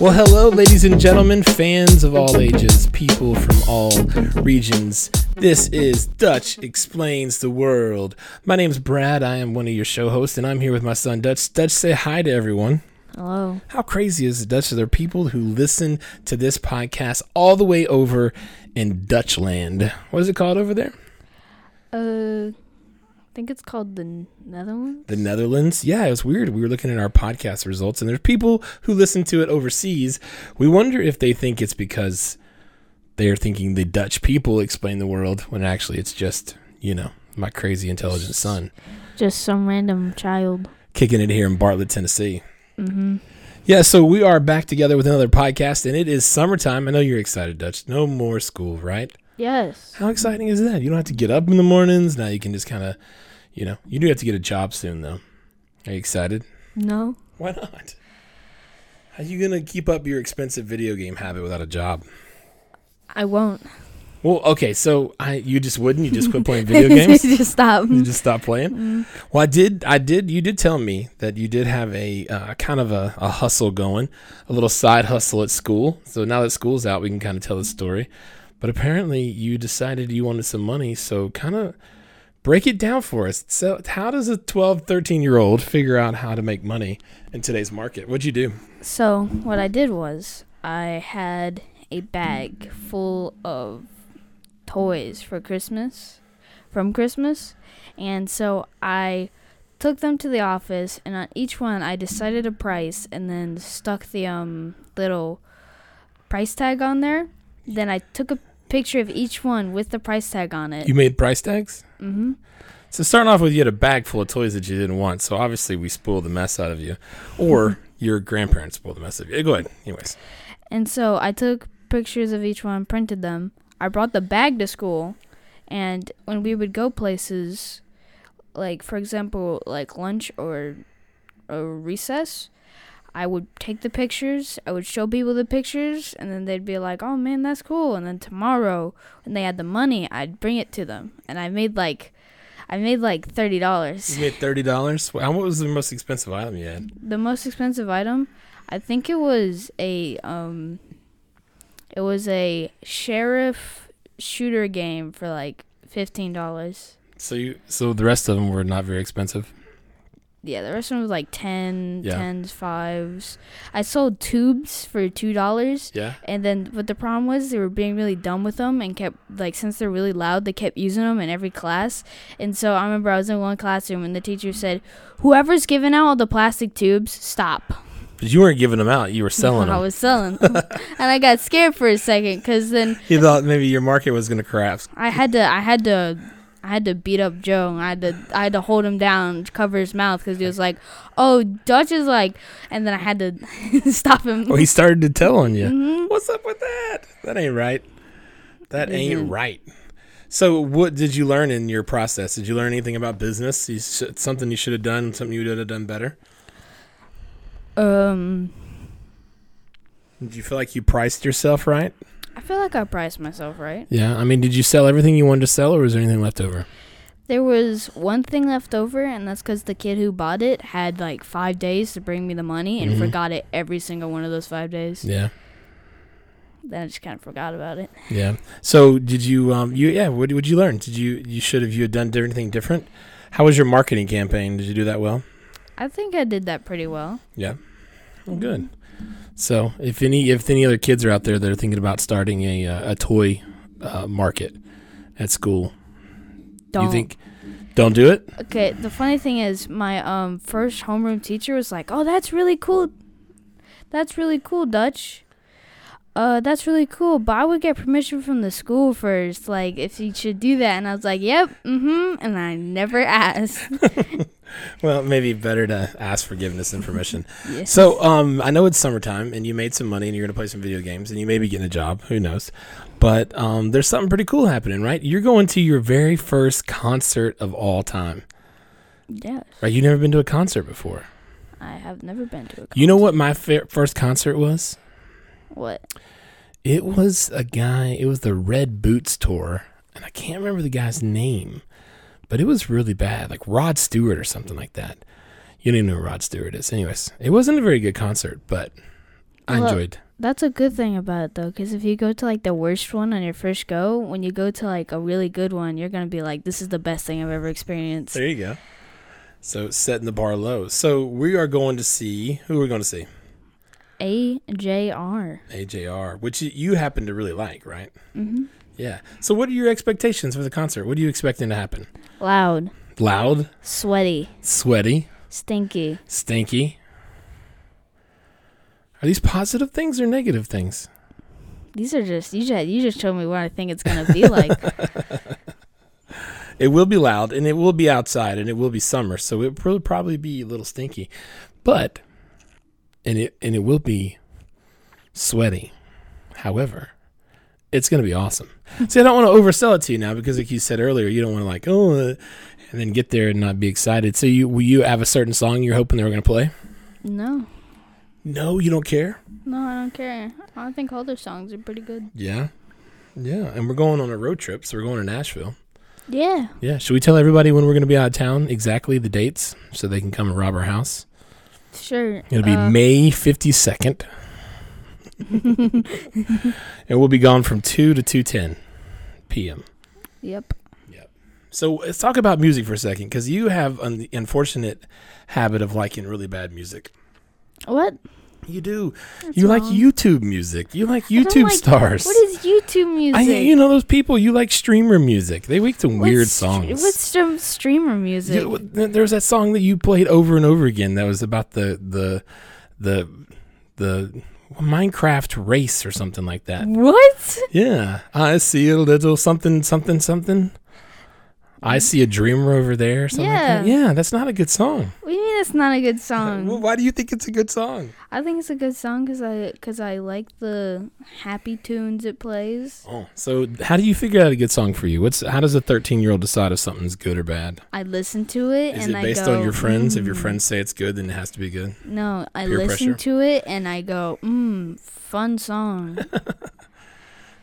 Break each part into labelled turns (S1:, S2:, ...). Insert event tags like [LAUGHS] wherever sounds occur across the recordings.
S1: Well, hello, ladies and gentlemen, fans of all ages, people from all regions. This is Dutch Explains the World. My name's Brad. I am one of your show hosts, and I'm here with my son, Dutch. Dutch, say hi to everyone.
S2: Hello.
S1: How crazy is it, Dutch? There are people who listen to this podcast all the way over in Dutchland. What is it called over there?
S2: Uh, I think it's called the Netherlands.
S1: The Netherlands. Yeah, it was weird. We were looking at our podcast results, and there's people who listen to it overseas. We wonder if they think it's because they're thinking the Dutch people explain the world, when actually it's just, you know, my crazy intelligent son
S2: Just some random child.
S1: kicking it here in Bartlett, Tennessee.
S2: Mm-hmm.
S1: Yeah, so we are back together with another podcast, and it is summertime. I know you're excited, Dutch. No more school, right?
S2: Yes.
S1: How exciting is that? You don't have to get up in the mornings. Now you can just kind of, you know, you do have to get a job soon, though. Are you excited?
S2: No.
S1: Why not? How you gonna keep up your expensive video game habit without a job?
S2: I won't.
S1: Well, okay, so I you just wouldn't you just quit playing video games?
S2: [LAUGHS] Just stop.
S1: You just stopped playing. Well, I did. I did. You did tell me that you did have a uh, kind of a, a hustle going, a little side hustle at school. So now that school's out, we can kind of tell the story. But apparently, you decided you wanted some money. So kind of break it down for us. So how does a 12, 13 year old figure out how to make money in today's market? What'd you do?
S2: So what I did was I had a bag full of toys for Christmas, from Christmas, and so I took them to the office, and on each one I decided a price, and then stuck the um little price tag on there. Then I took a picture of each one with the price tag on it.
S1: You made price tags.
S2: mm-hmm.
S1: So starting off with you had a bag full of toys that you didn't want. So obviously we spoiled the mess out of you, or
S2: Mm-hmm.
S1: your grandparents spoiled the mess out of you. Go ahead. Anyways.
S2: And so I took pictures of each one, printed them. I brought the bag to school, and when we would go places, like for example, like lunch or or recess, I would take the pictures. I would show people the pictures, and then they'd be like, "Oh man, that's cool." And then tomorrow, when they had the money, I'd bring it to them, and I made like, I made like thirty dollars.
S1: You made thirty dollars. What was the most expensive item you had?
S2: The most expensive item, I think it was a um, it was a sheriff shooter game for like fifteen dollars.
S1: So you, so the rest of them were not very expensive.
S2: Yeah, the rest of them was like 10,
S1: Yeah.
S2: 10s, 5s. I sold tubes for $2.
S1: Yeah.
S2: And then, but the problem was they were being really dumb with them and kept, like, since they're really loud, they kept using them in every class. And so I remember I was in one classroom and the teacher said, Whoever's giving out all the plastic tubes, stop.
S1: But you weren't giving them out. You were
S2: [LAUGHS]
S1: selling
S2: I
S1: them.
S2: was selling them. and I got scared for a second because then
S1: You thought maybe your market was going to crash.
S2: I had to, I had to, I had to beat up Joe. And I had to, I had to hold him down, cover his mouth because he was like, "Oh, Dutch is like," and then I had to [LAUGHS] stop him.
S1: Oh, he started to tell on you.
S2: Mhm.
S1: What's up with that? That ain't right. That
S2: It
S1: ain't
S2: isn't.
S1: right. So, what did you learn in your process? Did you learn anything about business? You sh- something you should have done. Something you would have done better.
S2: Um,
S1: Did you feel like you priced yourself right?
S2: I feel like I priced myself right.
S1: Yeah. I mean, did you sell everything you wanted to sell, or was there anything left over?
S2: There was one thing left over, and that's because the kid who bought it had like five days to bring me the money and
S1: Mhm.
S2: forgot it every single one of those five days.
S1: Yeah.
S2: Then I just kind of forgot about it.
S1: Yeah. So did you? Um. You. Yeah. What would you learn? Did you? You should have. You had done di- anything different. How was your marketing campaign? Did you do that well?
S2: I think I did that pretty well.
S1: Yeah. Well, good. So if any if any other kids are out there that are thinking about starting a uh, a toy uh, market at school,
S2: Don't.
S1: you think don't do it?
S2: Okay, the funny thing is, my um first homeroom teacher was like, "Oh, that's really cool. That's really cool, Dutch. Uh, that's really cool. But I would get permission from the school first, like if you should do that." And I was like, "Yep, mm-hmm." And I never [LAUGHS] asked.
S1: Well, maybe better to ask forgiveness and permission.
S2: Yeah.
S1: So, um, I know it's summertime and you made some money and you're going to play some video games and you may be getting a job. Who knows? But um, there's something pretty cool happening, right? You're going to your very first concert of all time,
S2: yes,
S1: right? You've never been to a concert before.
S2: I have never been to a. Concert.
S1: You know what my fir- first concert was?
S2: what?
S1: It was a guy, it was the Red Boots tour, and I can't remember the guy's name, but it was really bad, like Rod Stewart or something like that. You don't even know who Rod Stewart is. Anyways, it wasn't a very good concert, but I
S2: Well,
S1: enjoyed.
S2: That's a good thing about it though, because if you go to like the worst one on your first go, when you go to like a really good one, you're gonna be like, "This is the best thing I've ever experienced."
S1: There you go. So setting the bar low. So we are going to see who we're going to see.
S2: A J R.
S1: AJR, which y- you happen to really like, right?
S2: Mm-hmm.
S1: Yeah. So what are your expectations for the concert? What are you expecting to happen?
S2: Loud,
S1: Loud,
S2: sweaty,
S1: sweaty,
S2: stinky.
S1: stinky. Are these positive things or negative things?
S2: These are just you just you just told me what I think it's gonna be [LAUGHS] like.
S1: It will be loud and it will be outside and it will be summer, so it will probably be a little stinky. But and it and it will be sweaty. However, it's going to be awesome. See, I don't want to oversell it to you now because like you said earlier, you don't want to like, "Oh, uh," and then get there and not be excited. So you will you have a certain song you're hoping they were going to play?
S2: no,
S1: No, you don't care.
S2: no, I don't care. I think all their songs are pretty good.
S1: Yeah. Yeah, and we're going on a road trip, so we're going to Nashville.
S2: Yeah,
S1: Yeah, should we tell everybody when we're going to be out of town exactly the dates so they can come and rob our house?
S2: sure.
S1: It'll be
S2: Uh,
S1: May
S2: [LAUGHS]
S1: 52nd. and we'll be gone from 2 to 2:10 p.m.
S2: yep.
S1: So uh, let's talk about music for a second cuz you have an unfortunate habit of liking really bad music.
S2: What?
S1: You do.
S2: That's
S1: you like
S2: wrong.
S1: YouTube music. You like
S2: don't
S1: YouTube
S2: like-
S1: stars.
S2: What is YouTube
S1: I,
S2: music?
S1: you know those people you like streamer music. They like to
S2: What's
S1: weird
S2: str-
S1: songs.
S2: What's some streamer music?
S1: Yeah, well, th- there was that song that you played over and over again that was about the the the the Minecraft race or something like
S2: [LAUGHS]
S1: that.
S2: what?
S1: Yeah, I see a little something something something. I see a dreamer over there. Or something yeah, like that.
S2: Mm-hmm. Yeah.
S1: yeah, that's not a good song.
S2: What do you mean that's not a good
S1: Well, [LAUGHS]
S2: song?
S1: why do you think it's a good song?
S2: I think it's a good song because I, cause I like the happy tunes it plays.
S1: Oh, so how do you figure out a good song for you? What's how does a thirteen year old decide if something's good or bad?
S2: I listen to it
S1: Is
S2: and
S1: it
S2: I
S1: based
S2: go.
S1: on your friends? If your
S2: "Mm."
S1: friends say it's good, then it has to be good.
S2: No, I
S1: peer
S2: listen
S1: pressure?
S2: to it and I go, mmm,
S1: [LAUGHS]
S2: fun song.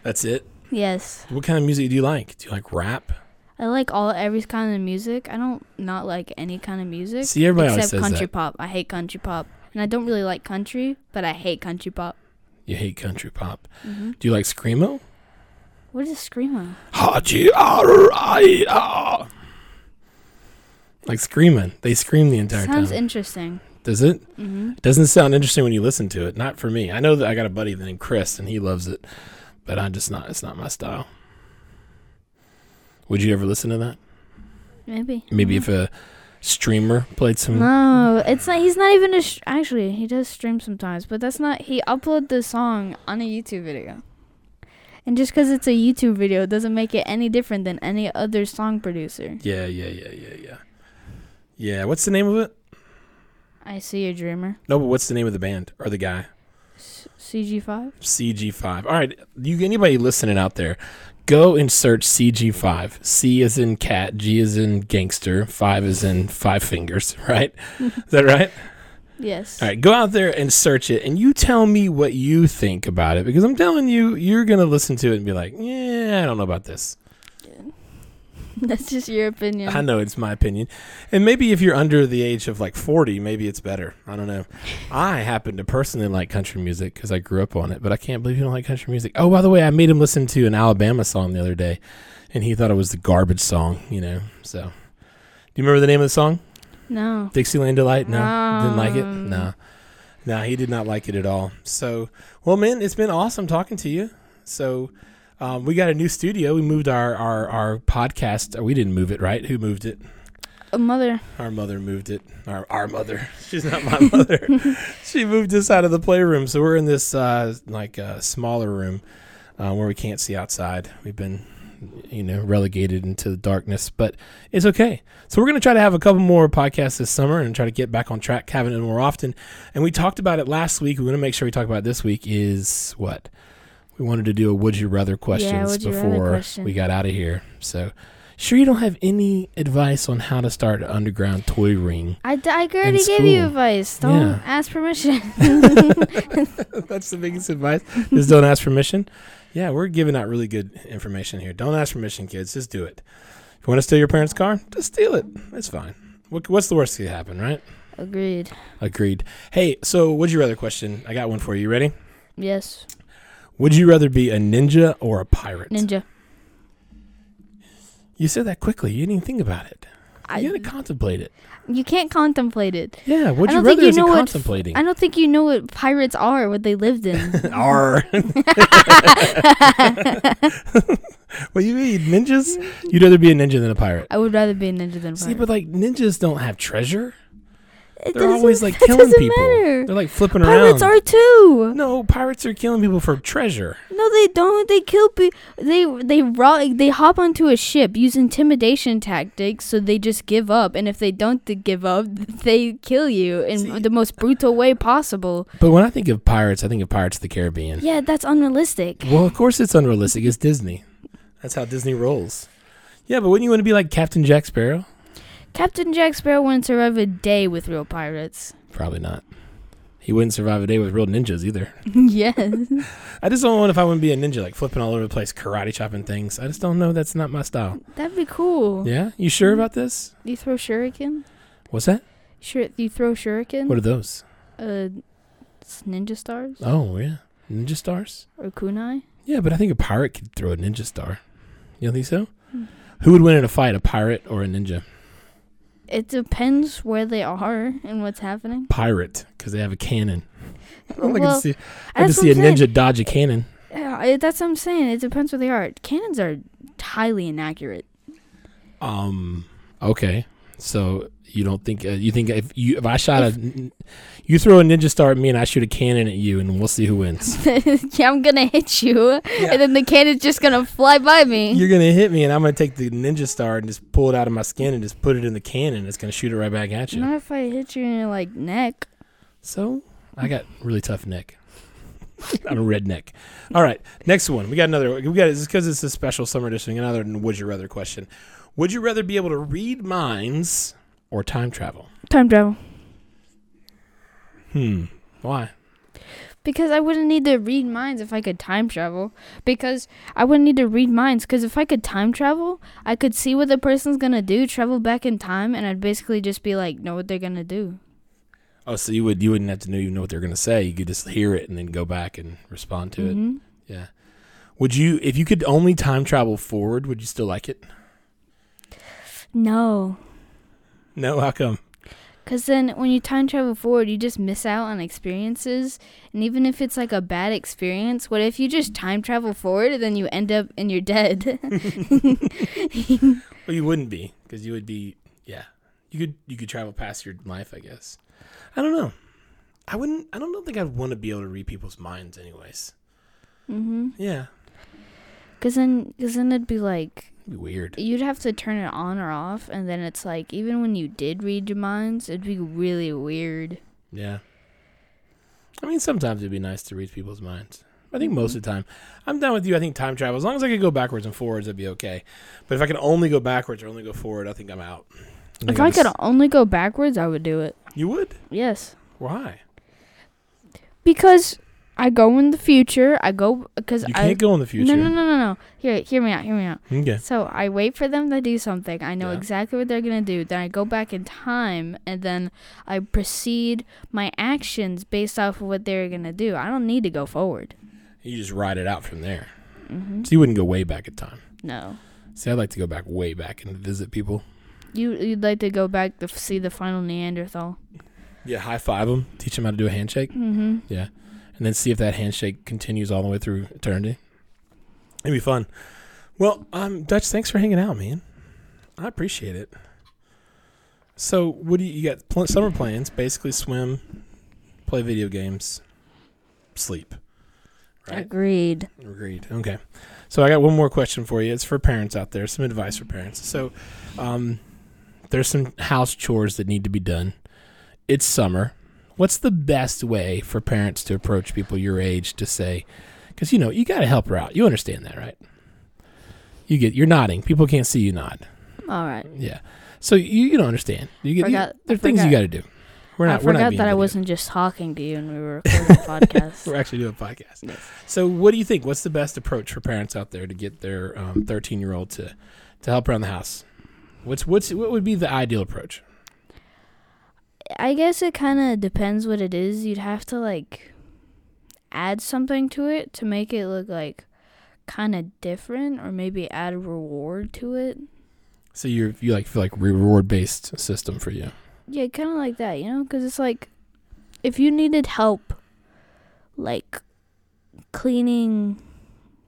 S1: That's it.
S2: yes,
S1: What kind of music do you like? Do you like rap?
S2: I like all every kind of music. I don't not like any kind of music
S1: See, everybody always
S2: except
S1: says
S2: country
S1: that.
S2: pop. I hate country pop, and I don't really like country, but I hate country pop.
S1: You hate country pop.
S2: hmm
S1: Do you like screamo?
S2: What is screamo?
S1: Haji ah. Like screaming. They scream the entire
S2: Sounds
S1: time.
S2: interesting.
S1: Does it?
S2: hmm
S1: Doesn't sound interesting when you listen to it. Not for me. I know that I got a buddy named Chris and he loves it, but I just not. It's not my style. Would you ever listen to that?
S2: Maybe.
S1: Maybe
S2: Mhm.
S1: if a streamer played some.
S2: No, it's not. He's not even a. Sh- actually, he does stream sometimes, but that's not. He uploaded the song on a YouTube video, and just because it's a YouTube video doesn't make it any different than any other song producer.
S1: Yeah, yeah, yeah, yeah, yeah. Yeah. What's the name of it?
S2: I see a dreamer.
S1: No, but what's the name of the band or the guy?
S2: S- CG5.
S1: CG5. All right, you anybody listening out there, go and search CG5. C is in cat, G is in gangster, five is in five fingers. [LAUGHS] Right? is that right?
S2: Yes.
S1: All right, go out there and search it, and you tell me what you think about it because I'm telling you, you're gonna listen to it and be like, yeah, I don't know about this.
S2: [LAUGHS] that's just your opinion.
S1: I know it's my opinion, and maybe if you're under the age of like 40, maybe it's better. I don't know. I happen to personally like country music because I grew up on it, but I can't believe you don't like country music. Oh, by the way, I made him listen to an Alabama song the other day, and he thought it was the garbage song. You know, so do you remember the name of the song?
S2: no.
S1: Dixieland Delight? No, didn't like it.
S2: Um.
S1: No, no, he did not like it at all. So, well, man, it's been awesome talking to you. So. Um, we got a new studio. We moved our, our, our podcast. We didn't move it, right? Who moved it?
S2: A mother.
S1: Our mother moved it. Our, our mother. [LAUGHS] She's not my mother. [LAUGHS] she moved us out of the playroom, so we're in this uh, like uh, smaller room uh, where we can't see outside. We've been, you know, relegated into the darkness, but it's okay. So we're gonna try to have a couple more podcasts this summer and try to get back on track, having it more often. And we talked about it last week. We want to make sure we talk about it this week. Is what we wanted to do a would you rather questions
S2: would you rather
S1: before
S2: question.
S1: we got out of here. So. Sure, you don't have any advice on how to start an underground toy ring.
S2: I, d- I already gave
S1: school.
S2: you advice. Don't
S1: Yeah.
S2: ask permission. [LAUGHS]
S1: That's the biggest advice. Just don't ask permission. Yeah, we're giving out really good information here. Don't ask permission, kids. Just do it. If you want to steal your parents' car, just steal it. It's fine. What, what's the worst that could happen, right?
S2: Agreed.
S1: Agreed. Hey, so would you rather question? I got one for you. You ready?
S2: Yes.
S1: Would you rather be a ninja or a pirate?
S2: Ninja.
S1: You said that quickly. You didn't even think about it.
S2: I,
S1: you gotta contemplate it.
S2: you can't contemplate it.
S1: Yeah. Would
S2: I
S1: you
S2: don't think
S1: rather
S2: you
S1: isn't
S2: know what-
S1: contemplating?
S2: I don't think you know what pirates are, what they
S1: [LAUGHS]
S2: lived in. [LAUGHS]
S1: Arr. what do you mean, ninjas? You'd rather be a ninja than a pirate.
S2: I would rather be a ninja than a pirate.
S1: See, but like ninjas don't have treasure.
S2: [LAUGHS] It
S1: They're
S2: doesn't-
S1: always like
S2: that
S1: killing
S2: doesn't
S1: people.
S2: matter.
S1: They're like flipping
S2: Pirates
S1: around.
S2: are too.
S1: no, pirates are killing people for treasure.
S2: No, they don't. They kill people. They they ro- They hop onto a ship, use intimidation tactics, so they just give up. And if they don't th- give up, [LAUGHS] they kill you in
S1: See-
S2: the most brutal way
S1: [LAUGHS]
S2: possible.
S1: But when I think of pirates, I think of Pirates of the Caribbean.
S2: Yeah, that's unrealistic.
S1: Well, of course it's unrealistic. It's Disney. That's how Disney rolls. Yeah, but wouldn't you want to be like Captain Jack Sparrow?
S2: Captain Jack Sparrow wouldn't survive a day with real pirates.
S1: [LAUGHS] Probably not. He wouldn't survive a day with real ninjas either.
S2: yes.
S1: I just don't know if I wouldn't be a ninja, like flipping all over the place, karate chopping things. I just don't know. That's not my style.
S2: [LAUGHS] That'd be cool.
S1: Yeah? You sure about this?
S2: You throw shuriken?
S1: What's that?
S2: Shur- you throw shuriken?
S1: What are those?
S2: Uh, s- ninja stars?
S1: Oh, yeah. Ninja stars?
S2: Or kunai?
S1: Yeah, but I think a pirate could throw a ninja star. You don't think so? Who would win in a fight, a pirate or a ninja?
S2: It depends where they are and what's happening.
S1: Pirate, because they have a cannon. [LAUGHS] I don't like to
S2: Well,
S1: see, I can
S2: that's
S1: see a
S2: what I'm
S1: ninja dodge a cannon.
S2: Yeah, I- that's what I'm saying. It depends where they are. Cannons are highly inaccurate. [LAUGHS]
S1: Um. Okay. So you don't think uh, you think if you if I shot a n- you throw a ninja star at me and I shoot a cannon at you and we'll see who
S2: [LAUGHS]
S1: wins.
S2: yeah, I'm gonna hit you, and then the cannon's just gonna fly by
S1: [LAUGHS]
S2: me.
S1: You're gonna hit me and I'm gonna take the ninja star and just pull it out of my skin and just put it in the cannon. It's gonna shoot it right back at you.
S2: Not if I hit you in your like neck.
S1: So I got really tough neck. [LAUGHS] I'm a redneck. All right, next one. We got another. We got it's because it's a special summer edition. Another would you rather question. Would you rather be able to read minds or time travel?
S2: Time travel.
S1: Hmm. Why?
S2: Because I wouldn't need to read minds if I could time travel. Because I wouldn't need to read minds. Because if I could time travel, I could see what the person's gonna do, travel back in time, and I'd basically just be like, know what they're gonna do.
S1: Oh, so you would you wouldn't have to know you know what they're gonna say. You could just hear it and then go back and respond to it.
S2: Mhm.
S1: Yeah. Would you if you could only time travel forward, would you still like it?
S2: No.
S1: No, how come?
S2: Because then when you time travel forward, you just miss out on experiences. And even if it's like a bad experience, what if you just time travel forward and then you end up and you're [LAUGHS] dead?
S1: Well, you wouldn't be because you would be. Yeah, you could you could travel past your life, I guess. I don't know. I wouldn't. I don't think I'd want to be able to read people's minds, anyways.
S2: mm-hmm.
S1: Yeah,
S2: Because then, cause then it'd be like,
S1: it'd be weird.
S2: you'd have to turn it on or off. And then it's like, even when you did read your minds, it'd be really weird.
S1: Yeah. I mean, sometimes it'd be nice to read people's minds. I think most of the time, I'm down with you. I think time travel, as long as I could go backwards and forwards, that'd be okay. But if I can only go backwards or only go forward, I think I'm out. I
S2: If
S1: I'm
S2: I could
S1: just-
S2: only go backwards, I would do it.
S1: you would.
S2: Yes.
S1: Why?
S2: Because I go in the future. I go, because
S1: You
S2: I.
S1: can't go in the future.
S2: No, no, no, no, no. Here, hear me out. Hear me out.
S1: Okay.
S2: So I wait for them to do something. I know
S1: Yeah.
S2: exactly what they're gonna do. Then I go back in time, and then I proceed my actions based off of what they're gonna do. I don't need to go forward.
S1: You just ride it out from there.
S2: Mm-hmm.
S1: So you wouldn't go way back in time.
S2: No,
S1: See, I'd like to go back way back and visit people.
S2: you you'd like to go back to f- see the final Neanderthal.
S1: Yeah, high five them, teach them how to do a handshake,
S2: Mm-hmm.
S1: and then see if that handshake continues all the way through eternity. It'd be fun. Well, um, Dutch, thanks for hanging out, man. I appreciate it. So, what do you, you got? Pl- summer plans? Basically, swim, play video games, sleep. Right.
S2: Agreed.
S1: Agreed. Okay. So I got one more question for you. It's for parents out there, some advice for parents. So um, there's some house chores that need to be done. It's summer. What's the best way for parents to approach people your age to say, because you know, you got to help her out. You understand that, right? You get, you're nodding. People can't see you nod.
S2: All right.
S1: Yeah. So you, you don't understand. You get, you,
S2: Forgot- I
S1: there are things you
S2: forgot-
S1: got to do. We're not,
S2: I
S1: we're not
S2: forgot
S1: being
S2: that I
S1: video.
S2: wasn't just talking to you and we were recording a [LAUGHS]
S1: [LAUGHS]
S2: podcast.
S1: We're actually doing a podcast.
S2: Yes.
S1: So, what do you think? What's the best approach for parents out there to get their um, thirteen-year-old to to help around the house? What's what's what would be the ideal approach?
S2: I guess it kind of depends what it is. You'd have to like add something to it to make it look like kind of different, or maybe add a reward to it.
S1: So you you like feel like reward based system for you.
S2: Yeah, kind of like that, you know, because it's like if you needed help, like cleaning,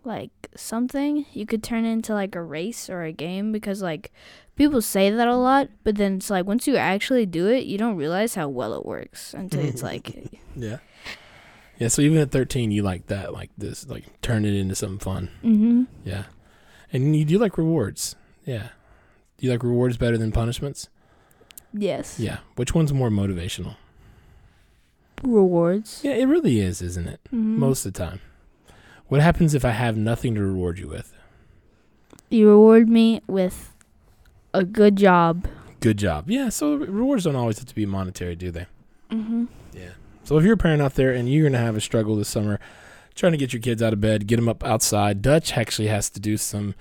S2: like something, you could turn it into like a race or a game because like people say that a lot, but then it's like once you actually do it, you don't realize how well it works until it's like
S1: Yeah. Yeah. So even at thirteen, you like that, like this, like turn it into something fun.
S2: hmm
S1: Yeah. And you do like rewards. Yeah. Do you like rewards better than punishments?
S2: yes,
S1: Yeah. Which one's more motivational?
S2: rewards.
S1: Yeah, it really is, isn't it?
S2: Mhm.
S1: Most of the time. What happens if I have nothing to reward you with?
S2: You reward me with a good job.
S1: Good job. Yeah, so rewards don't always have to be monetary, do they?
S2: hmm
S1: Yeah. So if you're a parent out there and you're going to have a struggle this summer trying to get your kids out of bed, get them up outside, Dutch actually has to do some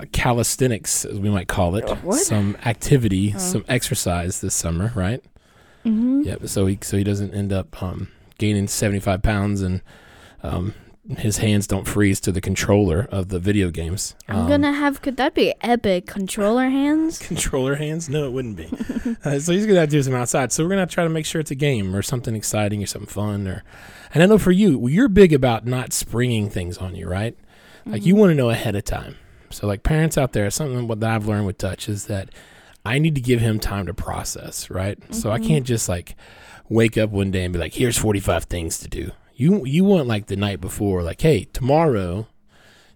S1: uh, calisthenics, as we might call it,
S2: Uh, What?
S1: some activity,
S2: Oh.
S1: some exercise this summer, right?
S2: hmm
S1: Yep. So he so he doesn't end up um, gaining 75 pounds and um, his hands don't freeze to the controller of the video games.
S2: I'm
S1: Um,
S2: gonna have. Could that be epic? Controller
S1: [LAUGHS]
S2: hands.
S1: controller hands? No, it wouldn't be. [LAUGHS] uh, so he's gonna have to do some outside. So we're gonna try to make sure it's a game or something exciting or something fun. Or, and I know for you, you're big about not springing things on you, right? Like uh, you want to know ahead of time. So like parents out there, something what I've learned with Dutch is that I need to give him time to process, right? So I can't just like wake up one day and be like, "Here's 45 things to do." You you want like the night before, like, "Hey, tomorrow."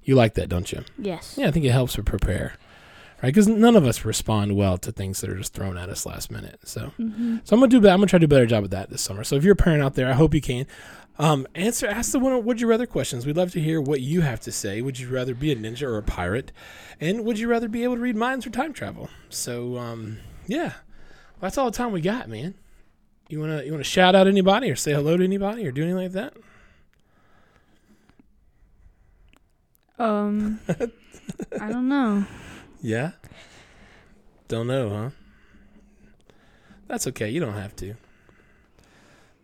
S1: You like that, don't you?
S2: Mm-hmm. Yes.
S1: Yeah, I think it helps to prepare, right? Because none of us respond well to things that are just thrown at us last minute. So,
S2: hmm
S1: so I'm gonna do. be- I'm gonna try to do a better job with that this summer. So if you're a parent out there, I hope you can. Um, answer ask the one would you rather questions. We'd love to hear what you have to say. Would you rather be a ninja or a pirate? And would you rather be able to read minds or time travel? So um, yeah, that's all the time we got, man. You wanna you wanna shout out anybody or say hello to anybody or do anything like that? [LAUGHS]
S2: Um, I don't know.
S1: Yeah. Don't know, huh? That's okay. You don't have to.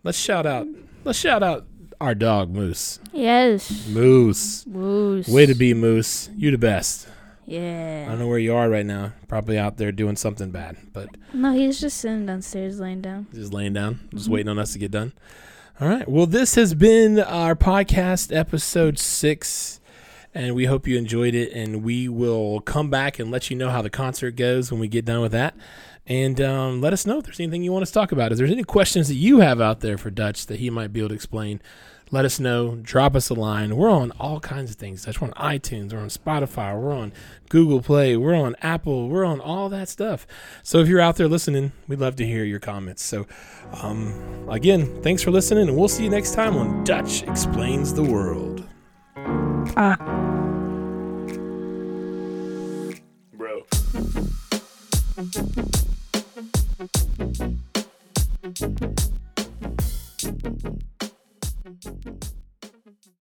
S1: Let's shout out. Let's shout out our dog Moose.
S2: Yes.
S1: Moose.
S2: Woos.
S1: Way to be Moose. You the best. I
S2: Yeah.
S1: don't know where you are right now. Probably out there doing something bad, but
S2: No, he's just sitting downstairs laying down.
S1: just laying down, just
S2: Mhm.
S1: waiting on us to get done. All right. Well, this has been our podcast episode 6 and we hope you enjoyed it and we will come back and let you know how the concert goes when we get done with that. And um, let us know if there's anything you want us to talk about. If there's any questions that you have out there for Dutch that he might be able to explain, let us know. Drop us a line. We're on all kinds of things. Dutch. We're on iTunes. We're on Spotify. We're on Google Play. We're on Apple. We're on all that stuff. So if you're out there listening, we'd love to hear your comments. So um, again, thanks for listening, and we'll see you next time on Dutch Explains the World. Bro.